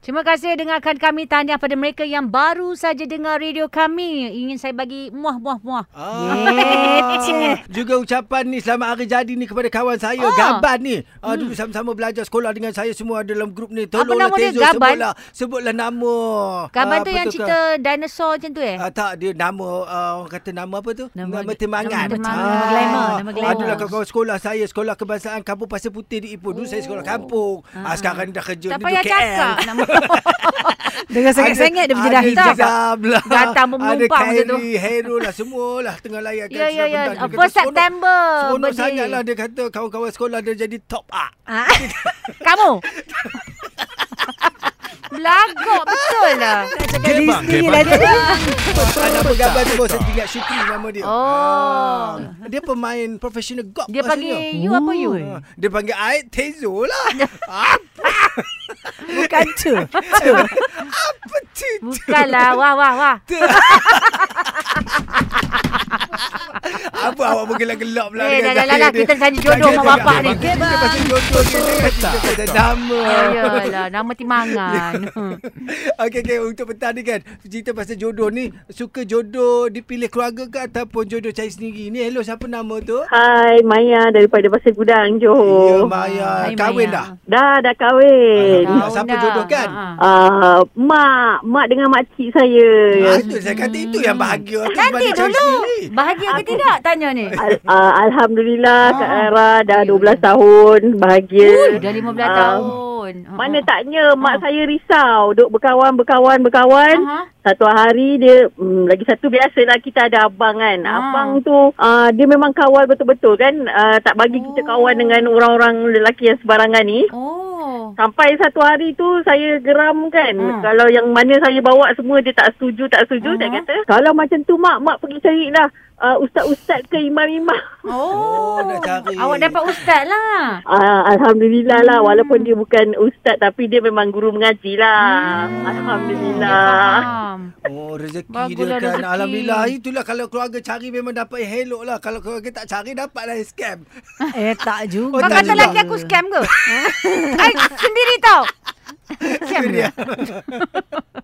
Terima kasih dengarkan kami tahniah pada mereka yang baru saja dengar radio kami. Ingin saya bagi muah muah muah. Ah, juga ucapan ni selamat hari jadi ni kepada kawan saya Ah. Hmm. oh. Gaban ni. Ah, dulu sama-sama belajar sekolah dengan saya semua dalam grup ni. Tolonglah nama dia, Tezo Gaban? sebutlah sebutlah nama. Kabar Ah, tu apa yang kan? cerita dinosaur macam tu eh? Ah, tak dia nama ah, orang kata nama apa tu? Nama- Nama, temangan. nama temangan. Ah, Nama glamour, nama glamour. Adalah kawan sekolah saya sekolah kebangsaan Kampung Pasir Putih di Ipoh. Dulu saya sekolah kampung. Ah, sekarang ni dah kerja Oh. tak duduk payah KL. cakap. Nama Dengan sangat-sangat dia berjedah Ada hitam. Zab lah. Datang bermelumpang Ada macam tu. Kylie, Hero lah. Semualah tengah layan. kan Ya, ya, ya. First September, Seronok birthday. sangat lah. Dia kata kawan-kawan sekolah dia jadi top up. Ah, Kamu? Belagak betul lah. Gebang, Disney gebang, lah tu. Ada apa gambar tu. Saya ingat Syukri nama dia. Oh. Ah, Dia pemain profesional golf Dia rasanya. panggil you apa you? Ah, Dia panggil I Tezo lah. apa Bukan tu. tu? Bukanlah. Wah, wah, wah. Apa awak bergelak-gelak pula Eh, dah, dengan dah, dah, saya dah. dia? Kita tanya jodoh Dia mak tengok bapak ni. abang Dia dia pasal jodoh dia. Dia kata dia tak ada nama. Ayolah, nama timangan. Okey okey untuk petang ni kan cerita pasal jodoh ni suka jodoh dipilih keluarga ke ataupun jodoh cari sendiri ni hello siapa nama tu? Hai, Maya daripada Pasir Gudang, Ya Johor. Maya Hai, kahwin Maya. dah. dah, dah kahwin. Alhamdulillah. Siapa jodoh kan? Ah, ah. Uh, mak, mak dengan makcik saya. Ah, itu saya kata itu yang bahagia tu Nanti sebab dia cari Kan dulu. sendiri. Bahagia ke tidak tanya ni? Al- uh, Alhamdulillah, Kak Ara dah 12 tahun, bahagia. Ah. Ya. Ui, dah 15 Ah. tahun. Ah, Mana ah. taknya mak Ah. saya risau Duk berkawan, berkawan, berkawan Aha. Satu hari dia mm, Lagi satu biasalah kita ada abang kan Ah. Abang tu uh, Dia memang kawal betul-betul kan uh, Tak bagi kita Oh. kawan dengan orang-orang lelaki yang sembarangan ni Oh. Sampai satu hari tu saya geram kan. Ah. Kalau yang mana saya bawa semua dia tak setuju, tak setuju. Aha. Dia kata, kalau macam tu mak, mak pergi carilah uh, ustaz-ustaz ke imam-imam. Oh. dah cari. Awak dapat ustaz lah. Uh, Alhamdulillah lah. Hmm. Walaupun dia bukan ustaz tapi dia memang guru mengaji lah. Alhamdulillah. Hmm. Dia Ya, faham. Oh rezeki dia Baguslah kan rezeki. Alhamdulillah Itulah kalau keluarga cari memang dapat helok lah Kalau keluarga tak cari dapatlah scam Eh tak juga. Oh, Kau tak kata juga. lagi aku scam ke? Eh, sendiri tau. Itu dia